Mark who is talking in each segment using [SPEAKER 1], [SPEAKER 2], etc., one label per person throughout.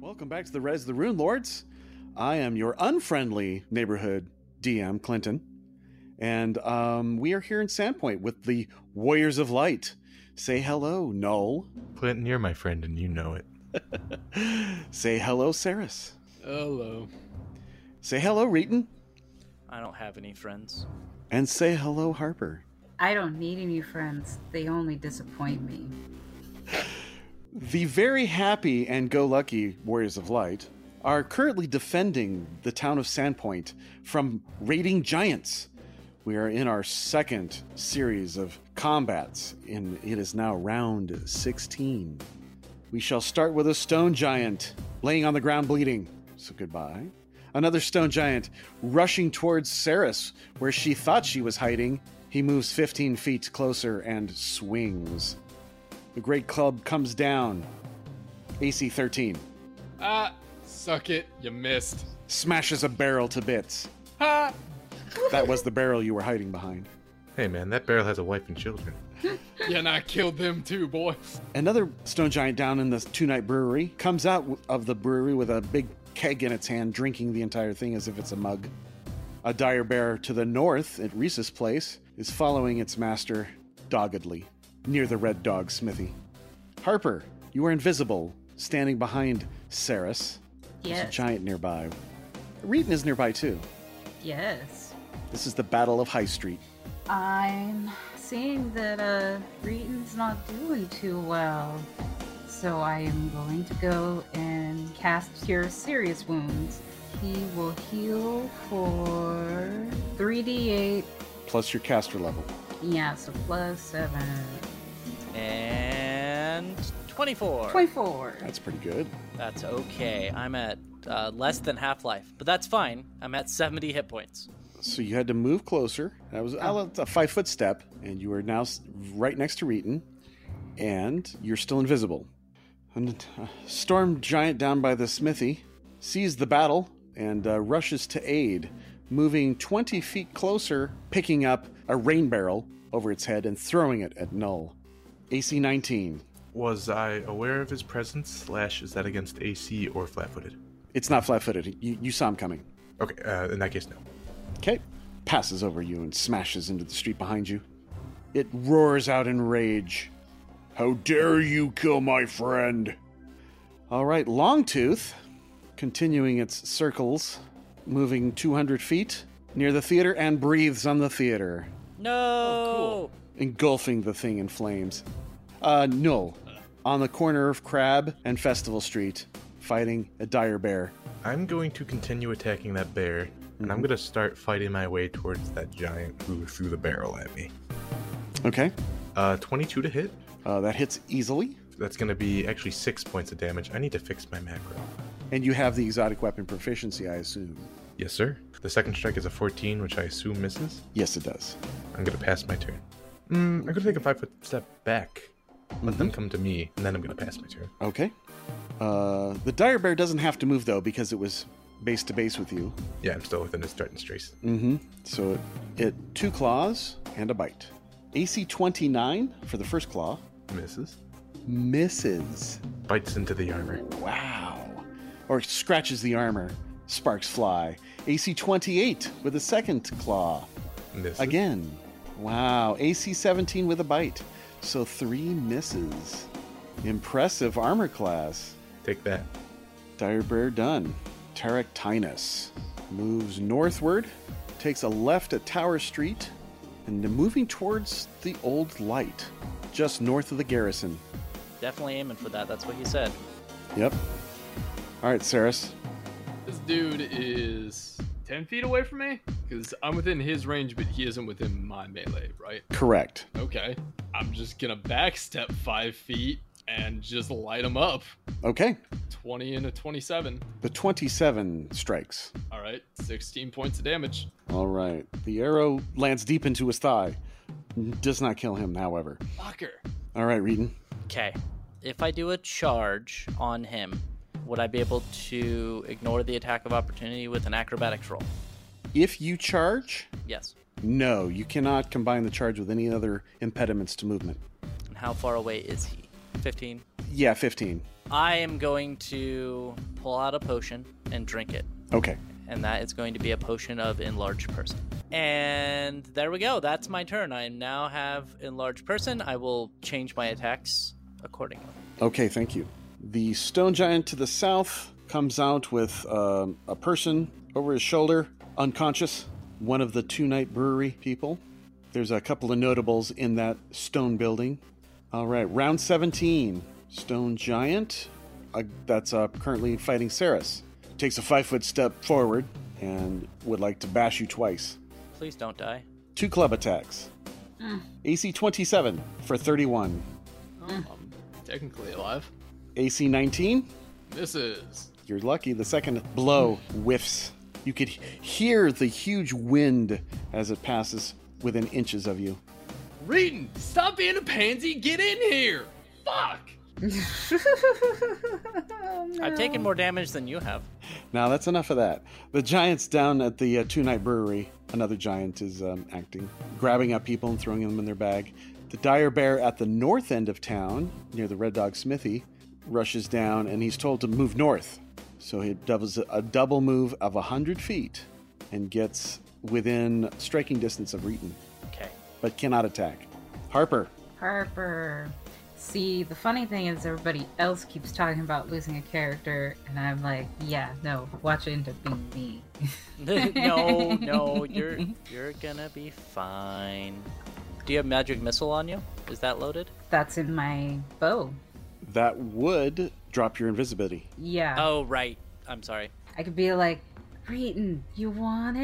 [SPEAKER 1] Welcome back to the Res the Rune Lords. I am your unfriendly neighborhood DM, Clinton. And um, we are here in Sandpoint with the Warriors of Light. Say hello, Noel.
[SPEAKER 2] Clinton, you're my friend and you know it.
[SPEAKER 1] Say hello, Saris.
[SPEAKER 3] Hello.
[SPEAKER 1] Say hello, Reeton.
[SPEAKER 4] I don't have any friends.
[SPEAKER 1] And say hello, Harper.
[SPEAKER 5] I don't need any friends. They only disappoint me.
[SPEAKER 1] The very happy and go lucky Warriors of Light are currently defending the town of Sandpoint from raiding giants. We are in our second series of combats, and it is now round 16. We shall start with a stone giant laying on the ground bleeding. So goodbye. Another stone giant rushing towards Ceres, where she thought she was hiding. He moves 15 feet closer and swings. The great club comes down. AC 13
[SPEAKER 3] Ah, suck it. You missed.
[SPEAKER 1] smashes a barrel to bits.
[SPEAKER 3] Ha!
[SPEAKER 1] That was the barrel you were hiding behind.
[SPEAKER 2] Hey man, that barrel has a wife and children.
[SPEAKER 3] Yeah, and I killed them too, boys.
[SPEAKER 1] Another stone giant down in the Two Night Brewery comes out w- of the brewery with a big keg in its hand, drinking the entire thing as if it's a mug. A dire bear to the north at Reese's place is following its master doggedly near the Red Dog Smithy. Harper, you are invisible, standing behind Saris. There's a
[SPEAKER 5] Yes.
[SPEAKER 1] giant nearby. Reeton is nearby too.
[SPEAKER 5] Yes.
[SPEAKER 1] This is the Battle of High Street.
[SPEAKER 5] I'm seeing that uh Reeton's not doing too well. So I am going to go and cast Cure Serious Wounds. He will heal for 3d8.
[SPEAKER 1] Plus your caster level.
[SPEAKER 5] Yeah, so plus 7.
[SPEAKER 4] And 24.
[SPEAKER 5] 24.
[SPEAKER 1] That's pretty good.
[SPEAKER 4] That's okay. I'm at uh, less than half life, but that's fine. I'm at 70 hit points.
[SPEAKER 1] So you had to move closer. That was a five foot step, and you are now s- right next to Reeton, and you're still invisible. And uh, storm giant down by the smithy sees the battle and uh, rushes to aid, moving 20 feet closer, picking up a rain barrel over its head and throwing it at Null. AC 19.
[SPEAKER 2] Was I aware of his presence? Slash, is that against AC or flat-footed?
[SPEAKER 1] It's not flat footed. You, you saw him coming.
[SPEAKER 2] Okay, uh, in that case, no.
[SPEAKER 1] Okay. Passes over you and smashes into the street behind you. It roars out in rage. How dare you kill my friend? All right, Longtooth, continuing its circles, moving 200 feet near the theater and breathes on the theater,
[SPEAKER 4] No.
[SPEAKER 1] engulfing the thing in flames. Uh, no. On the corner of Crab and Festival Street, fighting a dire bear.
[SPEAKER 2] I'm going to continue attacking that bear, and I'm going to start fighting my way towards that giant who threw the barrel at me.
[SPEAKER 1] Okay.
[SPEAKER 2] Uh, 22 to hit.
[SPEAKER 1] Uh, that hits easily.
[SPEAKER 2] That's going to be actually six points of damage. I need to fix my macro.
[SPEAKER 1] And you have the exotic weapon proficiency, I assume.
[SPEAKER 2] Yes, sir. The second strike is a 14, which I assume misses.
[SPEAKER 1] Yes, it does.
[SPEAKER 2] I'm going to pass my turn. Mm, I'm going to take a five foot step back. Let them come to me, and then I'm going to pass my turn.
[SPEAKER 1] Okay. Uh, the dire bear doesn't have to move though because it was base to base with you.
[SPEAKER 2] Yeah, I'm still within his threatened trace.
[SPEAKER 1] Mm-hmm. So it, it two claws and a bite. AC 29 for the first claw
[SPEAKER 2] Misses.
[SPEAKER 1] misses.
[SPEAKER 2] Bites into the armor.
[SPEAKER 1] Wow. Or scratches the armor. Sparks fly. AC 28 with the second claw.
[SPEAKER 2] Misses.
[SPEAKER 1] Again. Wow. AC 17 with a bite. So three misses. Impressive armor class.
[SPEAKER 2] Take that.
[SPEAKER 1] Dire Bear done. Taractinus moves northward, takes a left at Tower Street, and moving towards the old light, just north of the garrison.
[SPEAKER 4] Definitely aiming for that. That's what he said.
[SPEAKER 1] Yep. All right, Saris.
[SPEAKER 3] This dude is 10 feet away from me? Because I'm within his range, but he isn't within my melee, right?
[SPEAKER 1] Correct.
[SPEAKER 3] Okay. I'm just gonna backstep five feet and just light him up.
[SPEAKER 1] Okay.
[SPEAKER 3] 20 and a 27.
[SPEAKER 1] The 27 strikes.
[SPEAKER 3] All right, 16 points of damage.
[SPEAKER 1] All right. The arrow lands deep into his thigh. Does not kill him, however.
[SPEAKER 3] Fucker.
[SPEAKER 1] All right, Reeton.
[SPEAKER 4] Okay. If I do a charge on him, would I be able to ignore the attack of opportunity with an acrobatics roll?
[SPEAKER 1] If you charge,
[SPEAKER 4] Yes.
[SPEAKER 1] no, you cannot combine the charge with any other impediments to movement.
[SPEAKER 4] And how far away is he? 15.
[SPEAKER 1] Yeah, 15.
[SPEAKER 4] I am going to pull out a potion and drink it.
[SPEAKER 1] Okay.
[SPEAKER 4] and that is going to be a potion of enlarged person. And there we go. That's my turn. I now have enlarged person. I will change my attacks accordingly.
[SPEAKER 1] Okay, thank you. The stone giant to the south comes out with um, a person over his shoulder, unconscious, one of the Two Night Brewery people. There's a couple of notables in that stone building. All right, round 17. Stone giant, uh, that's uh, currently fighting Ceres, takes a five foot step forward and would like to bash you twice.
[SPEAKER 4] Please don't die.
[SPEAKER 1] Two club attacks. AC 27 for 31.
[SPEAKER 3] I'm technically alive.
[SPEAKER 1] AC 19
[SPEAKER 3] Misses.
[SPEAKER 1] You're lucky the second blow whiffs. You could h- hear the huge wind as it passes within inches of you.
[SPEAKER 3] Reading, stop being a pansy. Get in here. Fuck.
[SPEAKER 5] Oh,
[SPEAKER 4] I've
[SPEAKER 5] no.
[SPEAKER 4] taken more damage than you have.
[SPEAKER 1] Now, that's enough of that. The giant's down at the uh, Two Night Brewery. Another giant is um, acting, grabbing up people and throwing them in their bag. The dire bear at the north end of town, near the Red Dog Smithy, rushes down and he's told to move north. So he doubles a double move of 100 feet and gets within striking distance of Reeton,
[SPEAKER 4] Okay.
[SPEAKER 1] but cannot attack. Harper,
[SPEAKER 5] Harper. See, the funny thing is, everybody else keeps talking about losing a character, and I'm like, yeah, no, watch it end up being me.
[SPEAKER 4] no, no, you're you're gonna be fine. Do you have magic missile on you? Is that loaded?
[SPEAKER 5] That's in my bow.
[SPEAKER 1] That would drop your invisibility.
[SPEAKER 5] Yeah.
[SPEAKER 4] Oh right. I'm sorry.
[SPEAKER 5] I could be like, Reeton, you want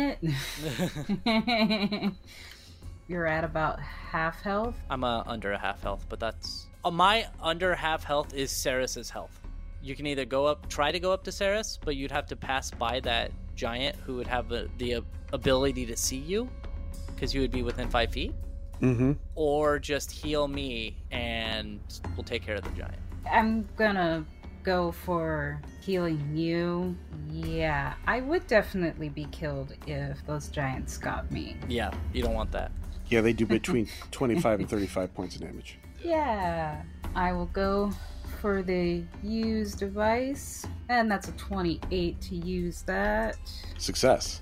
[SPEAKER 5] it? You're at about half health.
[SPEAKER 4] I'm uh, under a half health, but that's uh, my under half health is Ceres's health. You can either go up, try to go up to Ceres, but you'd have to pass by that giant who would have the, the uh, ability to see you, because you would be within five feet,
[SPEAKER 1] Mm-hmm.
[SPEAKER 4] or just heal me and we'll take care of the giant.
[SPEAKER 5] I'm gonna go for healing you. Yeah, I would definitely be killed if those giants got me.
[SPEAKER 4] Yeah, you don't want that.
[SPEAKER 1] Yeah, they do between 25 and 35 points of damage.
[SPEAKER 5] Yeah, I will go for the use device, and that's a 28 to use that.
[SPEAKER 1] Success.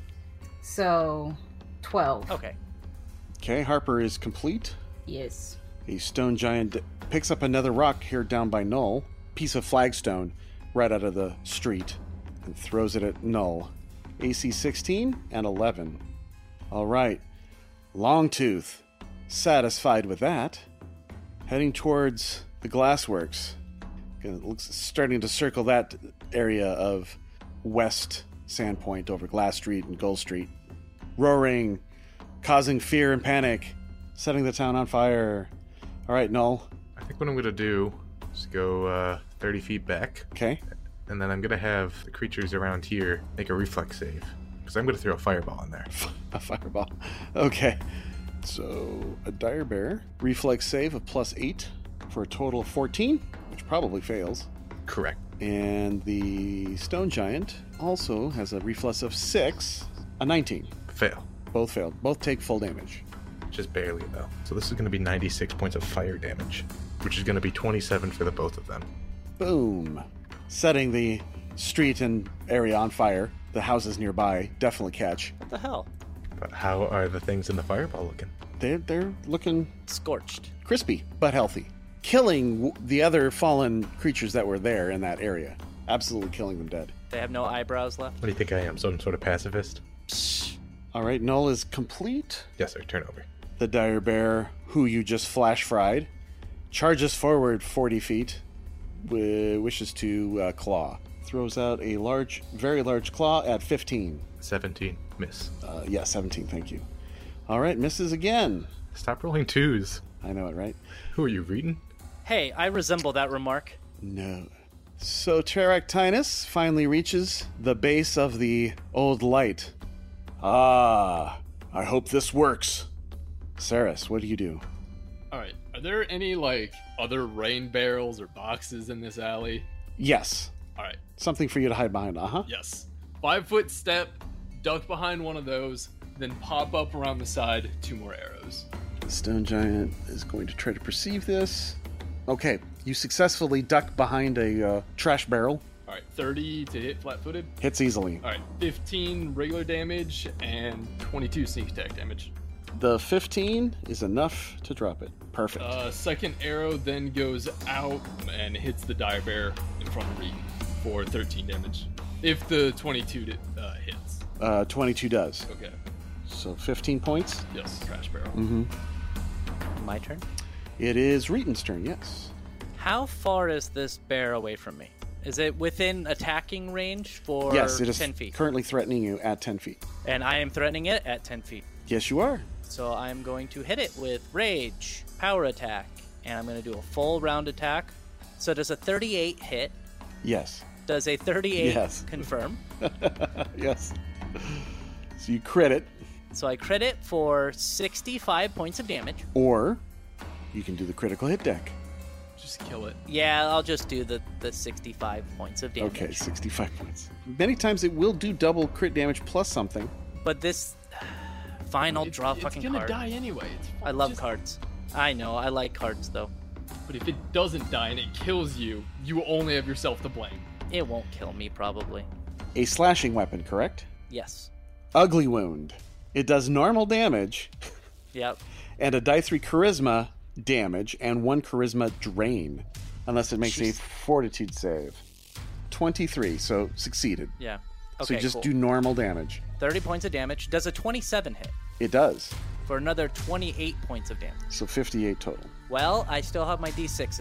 [SPEAKER 5] So, 12.
[SPEAKER 4] Okay.
[SPEAKER 1] Okay, Harper is complete.
[SPEAKER 5] Yes.
[SPEAKER 1] The stone giant d- picks up another rock here down by Null, piece of flagstone right out of the street, and throws it at Null. AC 16 and 11. All right, Longtooth, satisfied with that, heading towards the glassworks. It looks starting to circle that area of West Sandpoint over Glass Street and Gold Street, roaring, causing fear and panic, setting the town on fire. All right, Null.
[SPEAKER 2] I think what I'm gonna do is go uh, 30 feet back,
[SPEAKER 1] Okay.
[SPEAKER 2] and then I'm gonna have the creatures around here make a reflex save because I'm gonna throw a fireball in there.
[SPEAKER 1] A fireball. Okay. So a dire bear reflex save of plus eight for a total of fourteen, which probably fails.
[SPEAKER 2] Correct.
[SPEAKER 1] And the stone giant also has a reflex of six, a nineteen.
[SPEAKER 2] Fail.
[SPEAKER 1] Both failed. Both take full damage.
[SPEAKER 2] Just barely though. So this is gonna be 96 points of fire damage, which is gonna be 27 for the both of them.
[SPEAKER 1] Boom. Setting the street and area on fire. The houses nearby definitely catch.
[SPEAKER 4] What the hell?
[SPEAKER 2] But how are the things in the fireball looking?
[SPEAKER 1] They're they're looking
[SPEAKER 4] Scorched.
[SPEAKER 1] crispy but healthy, killing w- the other fallen creatures that were there in that area. Absolutely killing them dead.
[SPEAKER 4] They have no eyebrows left.
[SPEAKER 2] What do you think I am? Some sort of pacifist?
[SPEAKER 4] Psh.
[SPEAKER 1] All right, Null is complete.
[SPEAKER 2] Yes, sir. Turn over.
[SPEAKER 1] The dire bear, who you just flash fried, charges forward 40 feet, wi- wishes to uh, claw. Throws out a large, very large claw at 15.
[SPEAKER 2] 17. Miss.
[SPEAKER 1] Uh, yeah, 17, thank you. All right, misses again.
[SPEAKER 2] Stop rolling twos.
[SPEAKER 1] I know it, right?
[SPEAKER 2] Who are you reading?
[SPEAKER 4] Hey, I resemble that remark.
[SPEAKER 1] No. So Terractinus finally reaches the base of the old light. Ah, I hope this works. Saris, what do you do?
[SPEAKER 3] All right. Are there any like other rain barrels or boxes in this alley?
[SPEAKER 1] Yes,
[SPEAKER 3] All right.
[SPEAKER 1] something for you to hide behind. Uh huh.
[SPEAKER 3] Yes. Five foot step, duck behind one of those, then pop up around the side. Two more arrows.
[SPEAKER 1] The stone giant is going to try to perceive this. Okay, You successfully duck behind a uh, trash barrel.
[SPEAKER 3] All right, 30 to hit flat-footed.
[SPEAKER 1] Hits easily.
[SPEAKER 3] All right, 15 regular damage and 22 sneak attack damage.
[SPEAKER 1] The 15 is enough to drop it. Perfect.
[SPEAKER 3] Uh, second arrow then goes out and hits the dire bear in front of Regan for 13 damage. If the 22 di- uh, hits.
[SPEAKER 1] Uh, 22 does.
[SPEAKER 3] Okay.
[SPEAKER 1] So 15 points.
[SPEAKER 3] Yes, trash barrel.
[SPEAKER 4] My turn.
[SPEAKER 1] It is Reeton's turn, yes.
[SPEAKER 4] How far is this bear away from me? Is it within attacking range for
[SPEAKER 1] yes, it is
[SPEAKER 4] 10 feet?
[SPEAKER 1] currently threatening you at 10 feet.
[SPEAKER 4] and I am threatening it at 10 feet.
[SPEAKER 1] Yes, you are.
[SPEAKER 4] So I'm going to hit it with Rage, Power Attack, and I'm going to do a full round attack. So does a 38 hit?
[SPEAKER 1] Yes.
[SPEAKER 4] Does a 38
[SPEAKER 1] Yes.
[SPEAKER 4] confirm?
[SPEAKER 1] yes. So you credit,
[SPEAKER 4] So I credit for 65 points of damage.
[SPEAKER 1] or you can do the critical hit deck.
[SPEAKER 3] Just kill it.
[SPEAKER 4] Yeah, I'll just do the, the 65 points of damage.
[SPEAKER 1] Okay, 65 points. Many times it will do double crit damage plus something.
[SPEAKER 4] But this. Fine, I'll
[SPEAKER 3] It's-
[SPEAKER 4] draw a
[SPEAKER 3] it's
[SPEAKER 4] fucking
[SPEAKER 3] gonna
[SPEAKER 4] card.
[SPEAKER 3] die anyway. It's fu-
[SPEAKER 4] I love
[SPEAKER 3] just-
[SPEAKER 4] cards. I know, I like cards though.
[SPEAKER 3] But if it doesn't die and it kills you, you only have yourself to blame.
[SPEAKER 4] It won't kill me, probably.
[SPEAKER 1] A slashing weapon, correct?
[SPEAKER 4] Yes.
[SPEAKER 1] Ugly wound. It does normal damage
[SPEAKER 4] Yep.
[SPEAKER 1] and a die 3 charisma damage and 1 charisma drain unless it makes a
[SPEAKER 4] Jeez.
[SPEAKER 1] fortitude save. 23, so succeeded.
[SPEAKER 4] Yeah.
[SPEAKER 1] so
[SPEAKER 4] Okay,
[SPEAKER 1] you just
[SPEAKER 4] cool.
[SPEAKER 1] do normal damage.
[SPEAKER 4] 30 points of damage. Does a 27 hit
[SPEAKER 1] It does.
[SPEAKER 4] for another 28 points of damage.
[SPEAKER 1] So 58 total.
[SPEAKER 4] Well, I still have my d6s.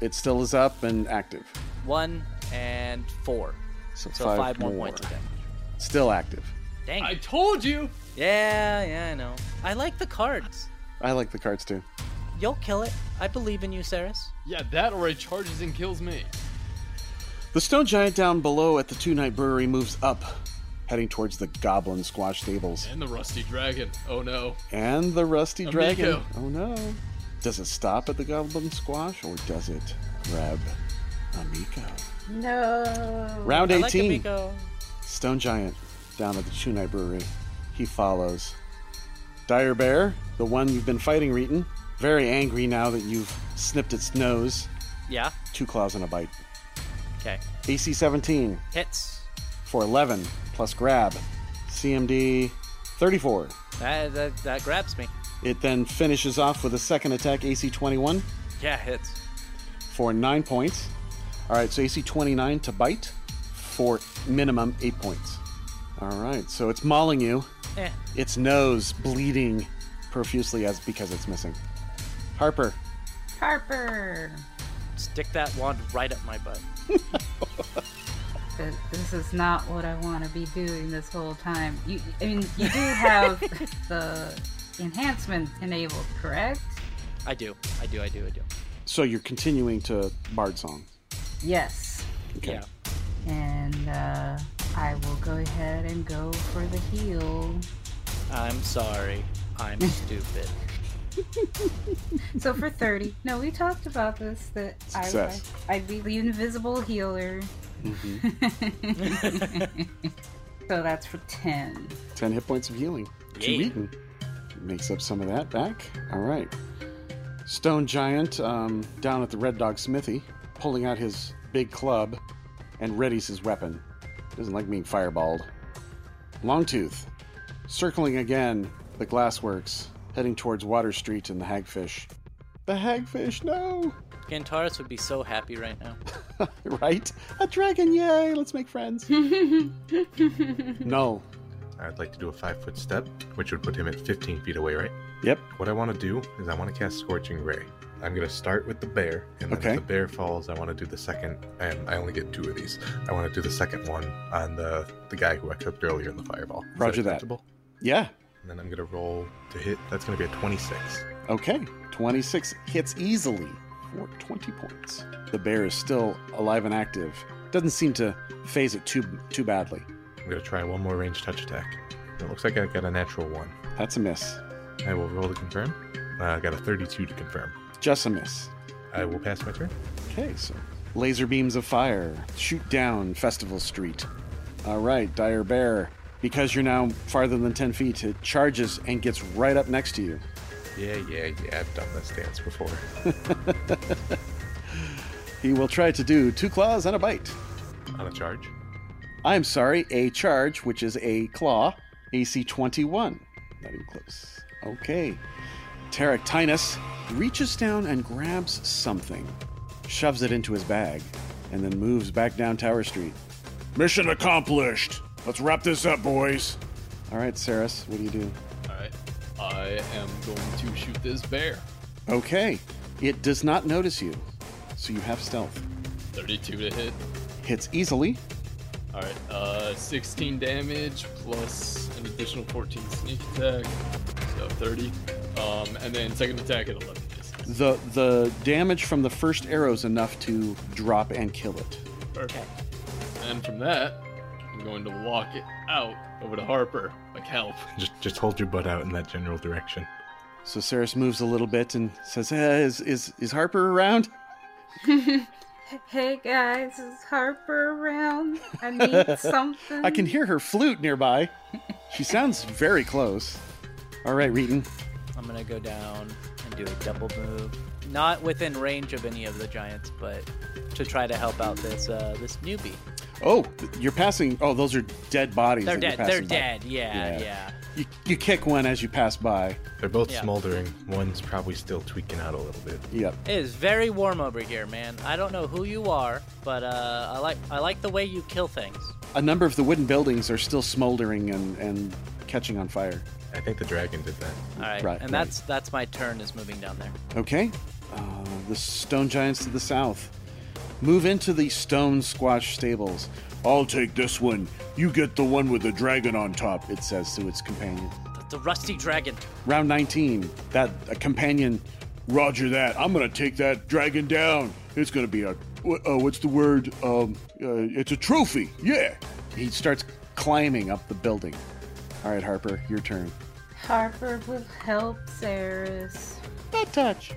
[SPEAKER 1] It still is up and active.
[SPEAKER 4] One and four.
[SPEAKER 1] So,
[SPEAKER 4] So
[SPEAKER 1] five,
[SPEAKER 4] five, more points of damage.
[SPEAKER 1] Still active.
[SPEAKER 4] Dang.
[SPEAKER 3] I
[SPEAKER 4] it.
[SPEAKER 3] told you!
[SPEAKER 4] Yeah, yeah, I know. I like the cards.
[SPEAKER 1] I like the cards too.
[SPEAKER 4] You'll kill it. I believe in you, Saris.
[SPEAKER 3] Yeah, that already charges and kills me.
[SPEAKER 1] The stone giant down below at the Two Night Brewery moves up, heading towards the goblin squash stables.
[SPEAKER 3] And the rusty dragon. Oh no.
[SPEAKER 1] And the rusty
[SPEAKER 3] Amigo.
[SPEAKER 1] dragon. Oh no. Does it stop at the goblin squash or does it grab Amico?
[SPEAKER 5] No.
[SPEAKER 1] Round
[SPEAKER 4] I
[SPEAKER 1] 18.
[SPEAKER 4] like Amigo.
[SPEAKER 1] Stone Giant down at the Chunai Brewery. He follows. Dire Bear, the one you've been fighting, Reeton, very angry now that you've snipped its nose.
[SPEAKER 4] Yeah.
[SPEAKER 1] Two claws and a bite.
[SPEAKER 4] Okay.
[SPEAKER 1] AC 17
[SPEAKER 4] Hits.
[SPEAKER 1] for 11 plus grab. CMD 34.
[SPEAKER 4] That, that, that grabs me.
[SPEAKER 1] It then finishes off with a second attack, AC 21
[SPEAKER 4] Yeah, hits.
[SPEAKER 1] for 9 points. All right, so AC 29 to bite for minimum 8 points. All right, so it's mauling you.
[SPEAKER 4] Eh.
[SPEAKER 1] its nose bleeding profusely as because it's missing. Harper,
[SPEAKER 5] Harper.
[SPEAKER 4] Stick that wand right up my butt.
[SPEAKER 5] But this is not what I want to be doing this whole time. You, I mean, you do have the enhancement enabled, correct?
[SPEAKER 4] I do. I do. I do. I do.
[SPEAKER 1] so you're continuing to bard song.
[SPEAKER 5] Yes.
[SPEAKER 1] Okay.
[SPEAKER 4] Yeah.
[SPEAKER 5] And uh, I will go ahead and go for the heal.
[SPEAKER 4] I'm sorry. I'm stupid.
[SPEAKER 5] So for 30. No, we talked about this that I, I,
[SPEAKER 1] Success.
[SPEAKER 5] I'd be the invisible healer.
[SPEAKER 1] Mm-hmm.
[SPEAKER 5] so that's for 10.
[SPEAKER 1] Ten hit points of healing to
[SPEAKER 4] Yeah.
[SPEAKER 1] Wheaton. Makes up some of that back. All right. Stone Giant um, down at the Red Dog Smithy, pulling out his big club and readies his weapon. Doesn't like being fireballed. Longtooth, circling again the glassworks, heading towards Water Street and the Hagfish. The Hagfish, no!
[SPEAKER 4] Gantaris would be so happy right now.
[SPEAKER 1] right? A dragon, yay! Let's make friends. no.
[SPEAKER 2] I'd like to do a five foot step, which would put him at 15 feet away, right?
[SPEAKER 1] Yep.
[SPEAKER 2] What I want to do is I want to cast Scorching Ray. I'm going to start with the bear, and then
[SPEAKER 1] Okay.
[SPEAKER 2] if the bear falls, I want to do the second, and I only get two of these. I want to do the second one on the the guy who I clipped earlier in the fireball. Is
[SPEAKER 1] Roger that.
[SPEAKER 2] acceptable?
[SPEAKER 1] Yeah.
[SPEAKER 2] And then I'm going to roll to hit. That's going to be a 26.
[SPEAKER 1] Okay. 26 hits easily for 20 points. The bear is still alive and active. Doesn't seem to phase it too too badly.
[SPEAKER 2] I'm going to try one more range touch attack. It looks like I got a natural one.
[SPEAKER 1] That's a miss.
[SPEAKER 2] I will roll to confirm. Uh, I got a 32 to confirm.
[SPEAKER 1] Just a miss.
[SPEAKER 2] I will pass my turn.
[SPEAKER 1] Okay, so laser beams of fire shoot down Festival Street. All right, Dire Bear. Because you're now farther than 10 feet, it charges and gets right up next to you.
[SPEAKER 2] Yeah, yeah, yeah. I've done this dance before.
[SPEAKER 1] He will try to do two claws and a bite.
[SPEAKER 2] on a charge.
[SPEAKER 1] I'm sorry, a charge, which is a claw, AC 21. Not even close. Okay. Terractinus reaches down and grabs something, shoves it into his bag, and then moves back down Tower Street. Mission accomplished. Let's wrap this up, boys. All right, Saris, what do you do?
[SPEAKER 3] Alright. I am going to shoot this bear.
[SPEAKER 1] Okay. It does not notice you, so you have stealth.
[SPEAKER 3] 32 to hit.
[SPEAKER 1] Hits easily.
[SPEAKER 3] Alright, uh, 16 damage plus an additional 14 sneak attack. So 30. Um, and then second attack at 11. distance.
[SPEAKER 1] The the damage from the first arrow is enough to drop and kill it.
[SPEAKER 3] Perfect. And from that, I'm going to walk it out over to Harper. Like, help.
[SPEAKER 2] Just just hold your butt out in that general direction.
[SPEAKER 1] So Saris moves a little bit and says, eh, is, is, is Harper around?
[SPEAKER 5] Hey guys, is Harper around? I need something.
[SPEAKER 1] I can hear her flute nearby. She sounds very close. All right, Reeton.
[SPEAKER 4] I'm gonna go down and do a double move, not within range of any of the giants, but to try to help out this uh, this newbie.
[SPEAKER 1] Oh, you're passing. Oh, those are dead bodies.
[SPEAKER 4] They're
[SPEAKER 1] that you're
[SPEAKER 4] dead. They're
[SPEAKER 1] passing by.
[SPEAKER 4] dead. Yeah, yeah.
[SPEAKER 1] You, you kick one as you pass by.
[SPEAKER 2] They're both
[SPEAKER 4] Yeah.
[SPEAKER 2] smoldering. One's probably still tweaking out a little bit.
[SPEAKER 1] Yep.
[SPEAKER 4] It is very warm over here, man. I don't know who you are, but uh, I like I like the way you kill things.
[SPEAKER 1] A number of the wooden buildings are still smoldering and, and catching on fire.
[SPEAKER 2] I think the dragon did that.
[SPEAKER 4] All right,
[SPEAKER 1] Right, right.
[SPEAKER 4] and that's that's my turn is moving down there.
[SPEAKER 1] Okay. Uh, the stone giants to the south. Move into the stone squash stables. I'll take this one. You get the one with the dragon on top, it says to its companion.
[SPEAKER 4] That's a rusty dragon.
[SPEAKER 1] Round 19, that a companion. Roger that. I'm going to take that dragon down. It's going to be a. wh- Uh, what's the word? Um, uh, it's a trophy. Yeah. He starts climbing up the building. All right, Harper, your turn.
[SPEAKER 5] Harper will help Saris.
[SPEAKER 1] Not touch.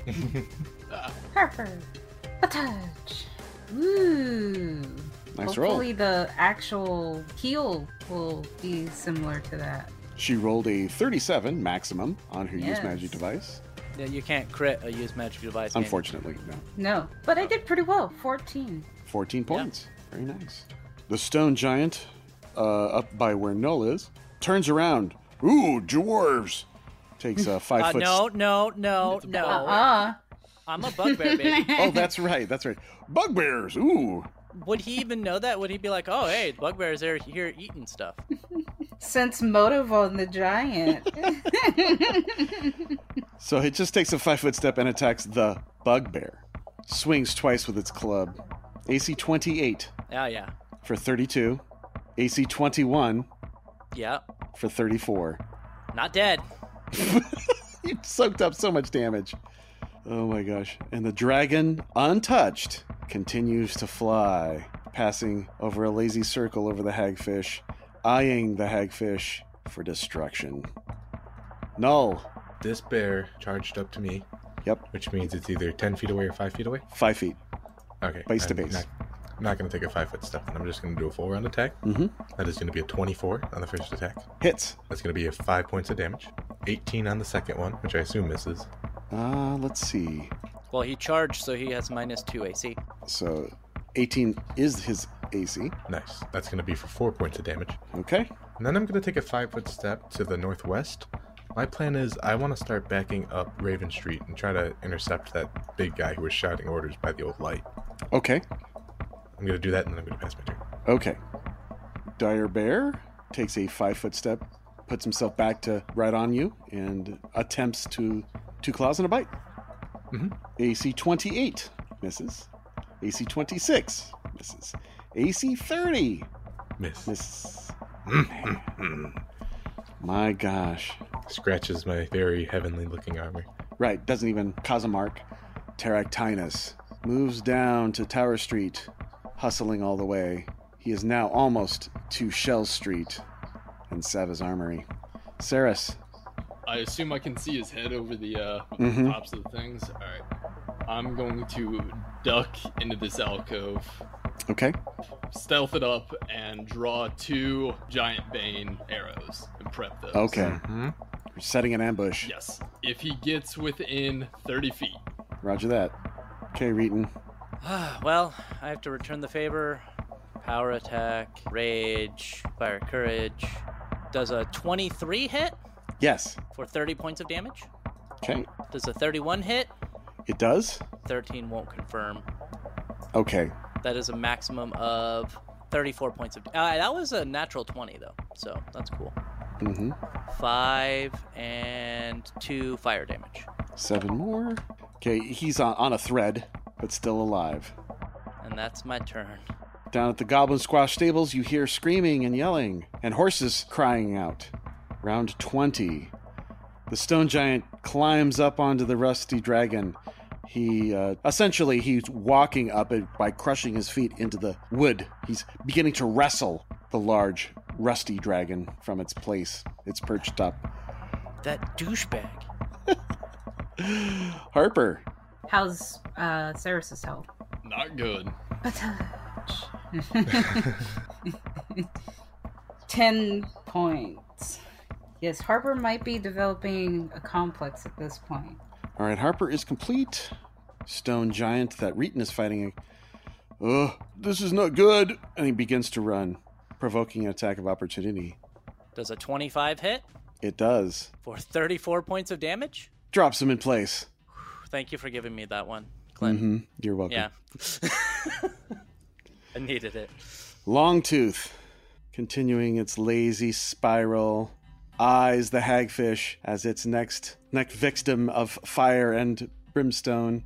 [SPEAKER 5] Harper, a touch. Ooh.
[SPEAKER 1] Nice roll.
[SPEAKER 5] Hopefully the actual heal will be similar to that.
[SPEAKER 1] She rolled a 37 maximum on her use
[SPEAKER 5] Yes.
[SPEAKER 1] magic device.
[SPEAKER 4] Yeah, You can't crit a use magic device. can you?
[SPEAKER 1] Unfortunately, no.
[SPEAKER 5] No, but I did pretty well. 14.
[SPEAKER 1] 14 points. Very nice. The stone giant, uh, up by where Null is, turns around. Ooh, dwarves! Takes a five
[SPEAKER 4] Uh,
[SPEAKER 1] foot.
[SPEAKER 4] no, no, no, no.
[SPEAKER 5] Uh,
[SPEAKER 4] I'm a bugbear, baby.
[SPEAKER 1] oh, that's right. That's right. Bugbears. Ooh.
[SPEAKER 4] Would he even know that? Would he be like, oh, hey, the bugbears are here eating stuff?
[SPEAKER 5] since motive on the giant.
[SPEAKER 1] So it just takes a five foot step and attacks the bugbear. Swings twice with its club. AC 28
[SPEAKER 4] Yeah, yeah.
[SPEAKER 1] for 32. AC 21
[SPEAKER 4] Yeah.
[SPEAKER 1] for 34.
[SPEAKER 4] Not dead.
[SPEAKER 1] You soaked up so much damage. Oh my gosh. And the dragon, untouched, continues to fly, passing over a lazy circle over the hagfish, eyeing the hagfish for destruction. Null.
[SPEAKER 2] This bear charged up to me,
[SPEAKER 1] Yep,
[SPEAKER 2] which means it's either ten feet away or five feet away.
[SPEAKER 1] five feet.
[SPEAKER 2] Okay.
[SPEAKER 1] Base to
[SPEAKER 2] I'm
[SPEAKER 1] base.
[SPEAKER 2] Not, I'm not going to take a five foot step. I'm just going to do a full round attack.
[SPEAKER 1] Mhm.
[SPEAKER 2] That is going to be a 24 on the first attack.
[SPEAKER 1] Hits.
[SPEAKER 2] That's going to be a five points of damage. 18 on the second one, which I assume misses.
[SPEAKER 1] Uh, let's see.
[SPEAKER 4] Well, he charged, so he has minus two AC.
[SPEAKER 1] So 18 is his AC.
[SPEAKER 2] Nice. That's going to be for four points of damage.
[SPEAKER 1] Okay.
[SPEAKER 2] And then I'm going to take a five foot step to the northwest. My plan is I want to start backing up Raven Street and try to intercept that big guy who was shouting orders by the old light.
[SPEAKER 1] Okay.
[SPEAKER 2] I'm going to do that and then I'm going to pass my turn.
[SPEAKER 1] Okay. Dire Bear takes a five foot step, puts himself back to right on you, and attempts to two claws and a bite.
[SPEAKER 2] Mhm.
[SPEAKER 1] AC 28 misses. AC 26 misses. AC 30
[SPEAKER 2] Miss.
[SPEAKER 1] misses. My gosh.
[SPEAKER 2] Scratches my very heavenly looking armor.
[SPEAKER 1] Right, doesn't even cause a mark. Terractinus moves down to Tower Street, hustling all the way. He is now almost to Shell Street and Sava's Armory. Saris,
[SPEAKER 3] I assume I can see his head over the uh,
[SPEAKER 1] Mhm.
[SPEAKER 3] tops of the things. All right. I'm going to duck into this alcove,
[SPEAKER 1] okay,
[SPEAKER 3] stealth it up, and draw two giant bane arrows and prep those.
[SPEAKER 1] okay.
[SPEAKER 2] Mhm.
[SPEAKER 1] You're setting an ambush.
[SPEAKER 3] Yes. If he gets within 30 feet,
[SPEAKER 1] Roger that. Okay, Reeton.
[SPEAKER 4] well, I have to return the favor. Power attack, rage, fire courage. Does a 23 hit
[SPEAKER 1] Yes.
[SPEAKER 4] for 30 points of damage?
[SPEAKER 1] Okay.
[SPEAKER 4] Does a 31 hit?
[SPEAKER 1] It does?
[SPEAKER 4] 13 won't confirm.
[SPEAKER 1] Okay.
[SPEAKER 4] That is a maximum of 34 points of. Uh, that was a natural 20 though, so that's cool.
[SPEAKER 1] Mm-hmm.
[SPEAKER 4] Five and two fire damage,
[SPEAKER 1] Seven more. Okay, he's on, on a thread, but still alive.
[SPEAKER 4] and that's my turn.
[SPEAKER 1] Down at the Goblin Squash stables, you hear screaming and yelling, and horses crying out. Round 20. The stone giant climbs up onto the rusty dragon. He, uh, essentially, he's walking up it by crushing his feet into the wood. He's beginning to wrestle the large, rusty dragon from its place it's perched up.
[SPEAKER 4] That douchebag.
[SPEAKER 1] Harper,
[SPEAKER 5] How's uh, Ceres' health?
[SPEAKER 3] Not good.
[SPEAKER 5] A touch. Ten points. Yes, Harper might be developing a complex at this point.
[SPEAKER 1] All right, Harper is complete. Stone giant that Reeton is fighting. Ugh, this is not good. And he begins to run, provoking an attack of opportunity.
[SPEAKER 4] Does a 25 hit
[SPEAKER 1] It does.
[SPEAKER 4] for 34 points of damage?
[SPEAKER 1] Drops him in place.
[SPEAKER 4] Thank you for giving me that one, Clint.
[SPEAKER 1] hmm You're welcome.
[SPEAKER 4] Yeah. I needed it.
[SPEAKER 1] Longtooth, continuing its lazy spiral, eyes the hagfish as its next next victim of fire and brimstone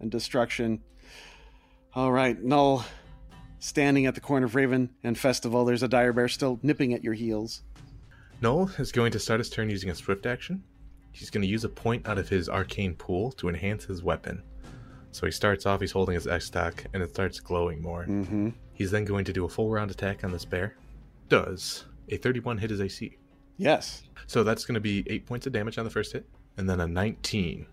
[SPEAKER 1] and destruction. All right, Null, standing at the corner of Raven and Festival, there's a dire bear still nipping at your heels.
[SPEAKER 2] Noel is going to start his turn using a swift action. He's going to use a point out of his arcane pool to enhance his weapon. So he starts off, he's holding his X stock, and it starts glowing more.
[SPEAKER 1] Mm-hmm.
[SPEAKER 2] He's then going to do a full round attack on this bear. Does a 31 hit his AC?
[SPEAKER 1] Yes,
[SPEAKER 2] So that's going to be 8 points of damage on the first hit, and then a 19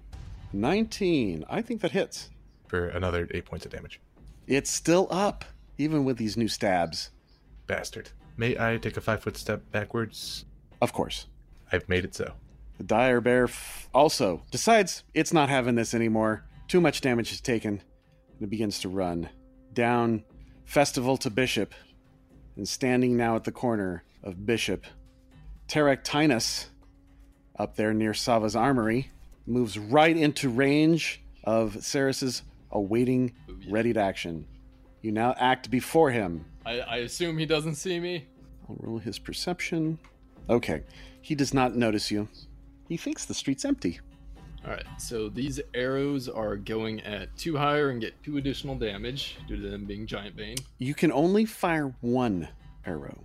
[SPEAKER 1] nineteen. I think that hits.
[SPEAKER 2] for another 8 points of damage.
[SPEAKER 1] It's still up, even with these new stabs.
[SPEAKER 2] Bastard. May I take a 5 foot step backwards?
[SPEAKER 1] Of course.
[SPEAKER 2] I've made it so.
[SPEAKER 1] The dire bear f- also decides it's not having this anymore. Too much damage is taken, and it begins to run down Festival to Bishop, and standing now at the corner of Bishop, Terractinus, up there near Sava's armory, moves right into range of Ceres's awaiting ready to action. You now act before him.
[SPEAKER 3] I, I assume he doesn't see me.
[SPEAKER 1] I'll roll his perception. Okay, he does not notice you. He thinks the street's empty.
[SPEAKER 3] All right, so these arrows are going at two higher and get two additional damage due to them being giant bane.
[SPEAKER 1] You can only fire one arrow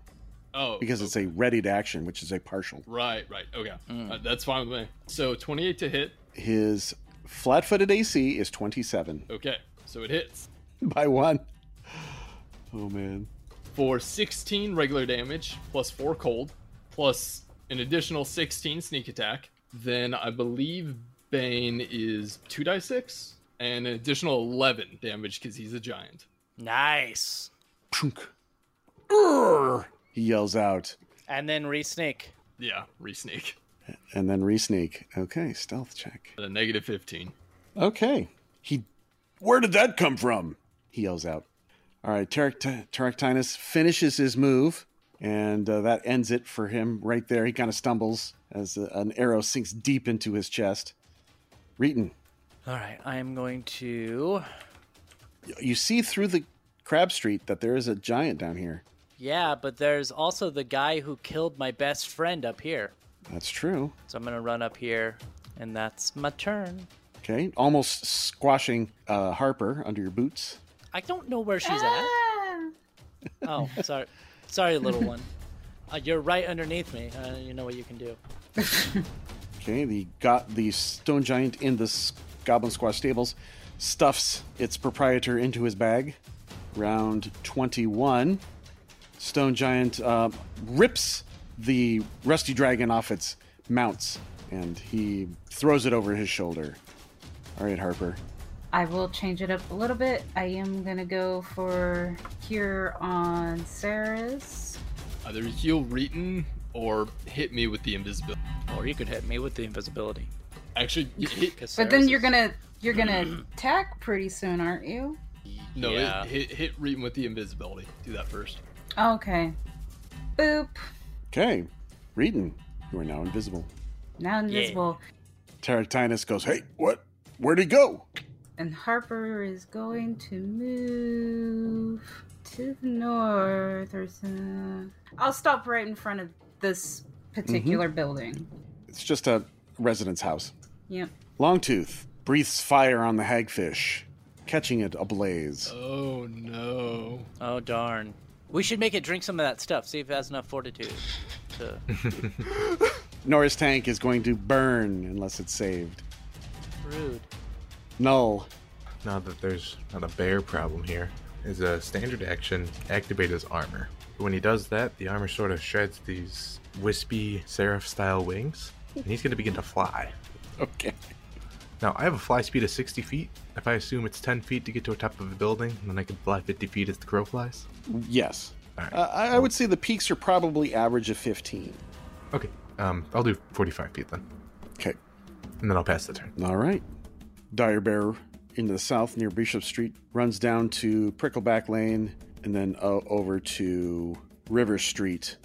[SPEAKER 3] Oh,
[SPEAKER 1] because it's a ready to action, which is a partial.
[SPEAKER 3] right, right, okay, Uh, that's fine with me. So twenty-eight to hit.
[SPEAKER 1] His flat footed AC is 27
[SPEAKER 3] Okay, so it hits
[SPEAKER 1] by one. Oh, man.
[SPEAKER 3] for sixteen regular damage plus four cold plus an additional sixteen sneak attack. Then I believe bane is two die six and an additional eleven damage because he's a giant.
[SPEAKER 4] Nice.
[SPEAKER 1] Chunk. Urgh, He yells out
[SPEAKER 4] And then re-sneak.
[SPEAKER 3] Yeah, resneak
[SPEAKER 1] and then re sneak. Okay, stealth check.
[SPEAKER 3] at a negative fifteen.
[SPEAKER 1] Okay. He. Where did that come from? He yells out. All right. Teract- Teractinus finishes his move, and uh, that ends it for him right there. He kind of stumbles as uh, an arrow sinks deep into his chest. Reeton,
[SPEAKER 4] All right, I am going to.
[SPEAKER 1] you see through the crab street that there is a giant down here.
[SPEAKER 4] Yeah, but there's also the guy who killed my best friend up here.
[SPEAKER 1] That's true.
[SPEAKER 4] So I'm gonna run up here, and that's my turn.
[SPEAKER 1] Okay. Almost squashing uh, Harper under your boots.
[SPEAKER 4] I don't know where she's at. Oh, sorry, sorry, little one. Uh, you're right underneath me. Uh, you know what you can do.
[SPEAKER 1] Okay, the got the stone giant in the s- goblin squash stables stuffs its proprietor into his bag. Round twenty-one, stone giant uh, rips the rusty dragon off its mounts, and he throws it over his shoulder. All right, Harper.
[SPEAKER 5] I will change it up a little bit. I am gonna go for cure on Ceres.
[SPEAKER 3] Either heal Reeton or hit me with the invisibility.
[SPEAKER 4] Or you could hit me with the invisibility.
[SPEAKER 3] Actually, y- hit,
[SPEAKER 5] But then you're gonna you're gonna attack pretty soon, aren't you?
[SPEAKER 3] No, it-
[SPEAKER 4] Yeah.
[SPEAKER 3] hit, hit Reeton with the invisibility. Do that first.
[SPEAKER 5] Okay. Boop.
[SPEAKER 1] Okay, Reeton, you are now invisible.
[SPEAKER 5] Now invisible.
[SPEAKER 1] Teratinus goes, "Hey, what? Where'd he go?"
[SPEAKER 5] And Harper is going to move to the north or so. I'll stop right in front of this particular building.
[SPEAKER 1] It's just a residence house.
[SPEAKER 5] Yep.
[SPEAKER 1] Longtooth breathes fire on the hagfish, catching it ablaze.
[SPEAKER 3] Oh no.
[SPEAKER 4] Oh darn. We should make it drink some of that stuff. See if it has enough fortitude. To...
[SPEAKER 1] Nora's tank is going to burn unless it's saved.
[SPEAKER 4] Rude.
[SPEAKER 1] Null.
[SPEAKER 2] Now that there's not a bear problem here, is a standard action activate his armor. When he does that, the armor sort of sheds these wispy seraph style wings, and he's going to begin to fly.
[SPEAKER 1] Okay.
[SPEAKER 2] Now, I have a fly speed of 60 feet. If I assume it's 10 feet to get to the top of a building, then I can fly 50 feet as the crow flies.
[SPEAKER 1] Yes.
[SPEAKER 2] All right.
[SPEAKER 1] Uh, I, I would say the peaks are probably average of 15.
[SPEAKER 2] Okay, um, I'll do 45 feet then,
[SPEAKER 1] Okay.
[SPEAKER 2] and then I'll pass the turn.
[SPEAKER 1] All right. Dire Bear into the south near Bishop Street runs down to Prickleback Lane and then uh, over to River Street,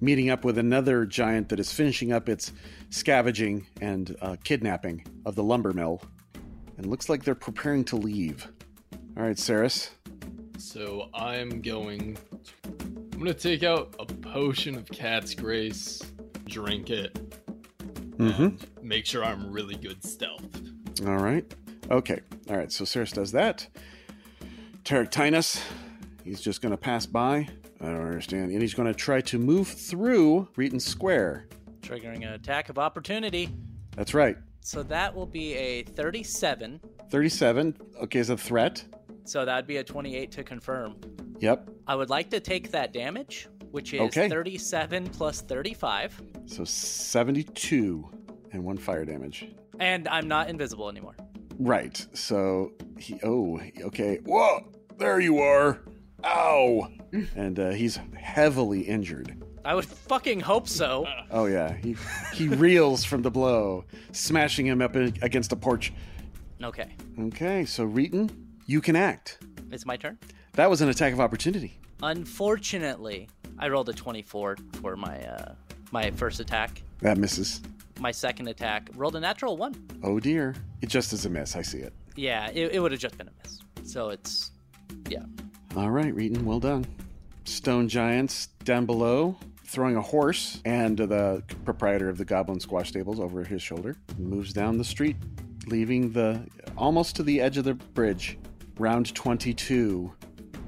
[SPEAKER 1] meeting up with another giant that is finishing up its scavenging and uh, kidnapping of the lumber mill. And looks like they're preparing to leave. All right, Saris.
[SPEAKER 3] So I'm going. I'm gonna take out a potion of cat's grace, drink it,
[SPEAKER 1] Mm-hmm.
[SPEAKER 3] make sure I'm really good stealth.
[SPEAKER 1] All right. Okay. All right. So Circe does that. Terractinus, he's just going to pass by. I don't understand. And he's going to try to move through Reeton Square.
[SPEAKER 4] Triggering an attack of opportunity.
[SPEAKER 1] That's right.
[SPEAKER 4] So that will be a 37.
[SPEAKER 1] 37. Okay, is a threat.
[SPEAKER 4] So that'd be a 28 to confirm.
[SPEAKER 1] Yep.
[SPEAKER 4] I would like to take that damage, which is
[SPEAKER 1] Okay.
[SPEAKER 4] 37 plus 35.
[SPEAKER 1] So 72 and one fire damage.
[SPEAKER 4] And I'm not invisible anymore.
[SPEAKER 1] Right. So he. Oh, okay. Whoa! There you are. Ow! and uh, he's heavily injured.
[SPEAKER 4] I would fucking hope so.
[SPEAKER 1] Oh yeah, he he reels from the blow, smashing him up against a porch.
[SPEAKER 4] Okay.
[SPEAKER 1] Okay, so Reeton, you can act.
[SPEAKER 4] It's my turn.
[SPEAKER 1] That was an attack of opportunity.
[SPEAKER 4] Unfortunately, I rolled a 24 for my uh, my first attack.
[SPEAKER 1] That misses.
[SPEAKER 4] My second attack rolled a natural one.
[SPEAKER 1] Oh dear, it just is a miss. I see it.
[SPEAKER 4] Yeah, it, it would have just been a miss. So it's yeah.
[SPEAKER 1] All right, Reeton, well done. Stone giants down below throwing a horse and the proprietor of the goblin squash stables over his shoulder moves down the street leaving the almost to the edge of the bridge round 22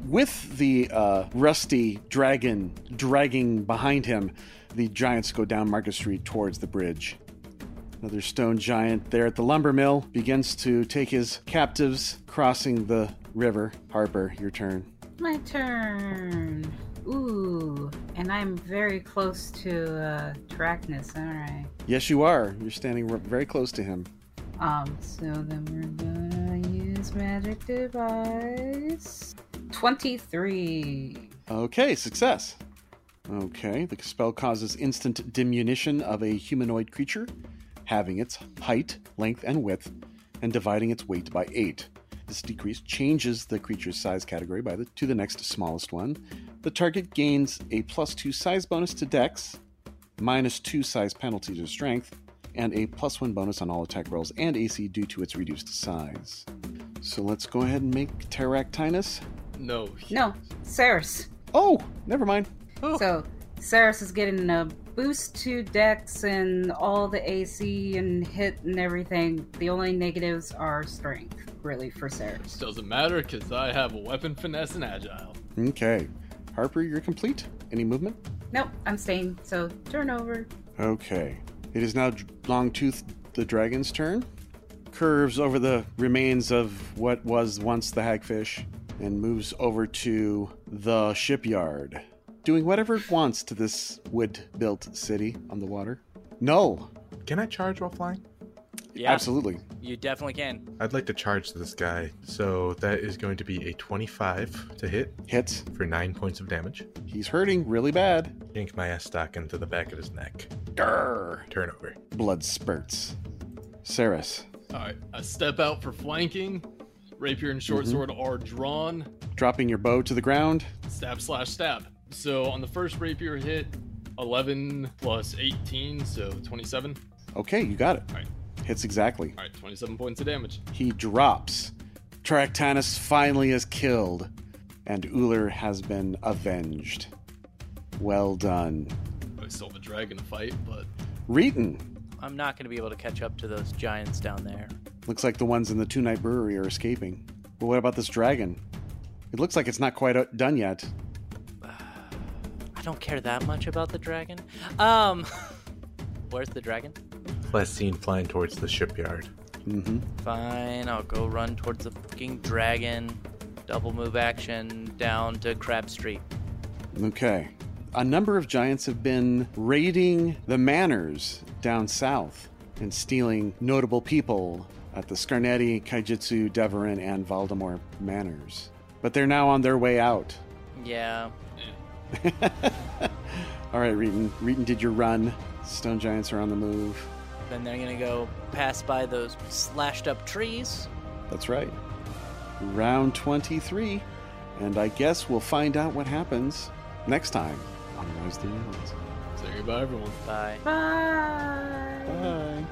[SPEAKER 1] with the uh, rusty dragon dragging behind him the giants go down market street towards the bridge Another stone giant there at the lumber mill begins to take his captives crossing the river. Harper, your turn.
[SPEAKER 5] My turn. Ooh, and I'm very close to uh, Trackness. All right.
[SPEAKER 1] Yes, you are. You're standing r- very close to him.
[SPEAKER 5] Um. So then we're gonna use magic device. Twenty-three.
[SPEAKER 1] Okay, success. Okay, the spell causes instant diminution of a humanoid creature, having its height, length, and width, and dividing its weight by eight. This decrease changes the creature's size category by the, to the next smallest one. The target gains a plus two size bonus to Dex, minus two size penalty to Strength, and a plus one bonus on all attack rolls and AC due to its reduced size. So let's go ahead and make Terractinus.
[SPEAKER 3] No.
[SPEAKER 5] No, Saris.
[SPEAKER 1] Oh, never mind.
[SPEAKER 5] So Saris is getting a boost to Dex and all the AC and hit and everything. The only negatives are strength, really, for Saris.
[SPEAKER 3] Doesn't matter because I have a weapon finesse and agile.
[SPEAKER 1] Okay. Harper, you're complete. Any movement?
[SPEAKER 5] Nope, I'm staying. So turn over.
[SPEAKER 1] Okay. It is now Dr- Longtooth the dragon's turn. Curves over the remains of what was once the hagfish and moves over to the shipyard, doing whatever it wants to this wood built city on the water. Null.
[SPEAKER 2] Can I charge while flying?
[SPEAKER 4] Yeah.
[SPEAKER 1] Absolutely.
[SPEAKER 4] You definitely can.
[SPEAKER 2] I'd like to charge this guy, so that is going to be a 25 to hit
[SPEAKER 1] Hits.
[SPEAKER 2] for 9 points of damage.
[SPEAKER 1] He's hurting really bad.
[SPEAKER 2] Yank my ass stock into the back of his neck.
[SPEAKER 1] Grr.
[SPEAKER 2] Turnover.
[SPEAKER 1] Blood spurts. Saris.
[SPEAKER 3] All right. I step out for flanking, Rapier and short sword are drawn.
[SPEAKER 1] Dropping your bow to the ground.
[SPEAKER 3] Stab slash stab. So on the first rapier hit, 11 plus 18, so 27.
[SPEAKER 1] Okay, you got it.
[SPEAKER 3] All right,
[SPEAKER 1] Hits exactly.
[SPEAKER 3] all right, 27 points of damage.
[SPEAKER 1] He drops. Tractanus finally is killed, and Uller has been avenged. Well done.
[SPEAKER 3] I still have a dragon to fight, but
[SPEAKER 1] Reeton.
[SPEAKER 4] I'm not going to be able to catch up to those giants down there.
[SPEAKER 1] Looks like the ones in the Two Night Brewery are escaping. But what about this dragon? It looks like it's not quite o- done yet.
[SPEAKER 4] I don't care that much about the dragon. Um, where's the dragon?
[SPEAKER 2] Last seen flying towards the shipyard.
[SPEAKER 1] Mm-hmm.
[SPEAKER 4] Fine, I'll go run towards the fucking dragon. Double move action down to Crab Street.
[SPEAKER 1] Okay. A number of giants have been raiding the manors down south and stealing notable people at the Scarnetti, Kaijutsu, Deverin, and Valdemar manors. But they're now on their way out.
[SPEAKER 4] Yeah,
[SPEAKER 1] All right, Reeton. Reeton did your run. Stone giants are on the move.
[SPEAKER 4] then they're gonna go pass by those slashed up trees.
[SPEAKER 1] That's right. Round 23. And I guess we'll find out what happens next time on Rise of the Aliens.
[SPEAKER 3] say goodbye, everyone.
[SPEAKER 4] Bye.
[SPEAKER 5] Bye.
[SPEAKER 1] Bye.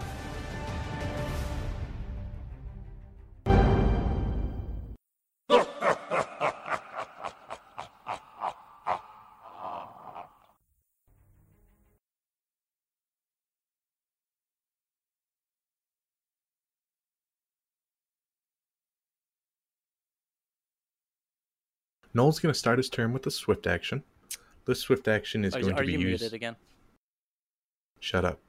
[SPEAKER 2] Noel's going to start his turn with a swift action. This swift action is
[SPEAKER 4] Are,
[SPEAKER 2] going
[SPEAKER 4] are
[SPEAKER 2] to be
[SPEAKER 4] you
[SPEAKER 2] used.
[SPEAKER 4] muted again?
[SPEAKER 2] Shut up.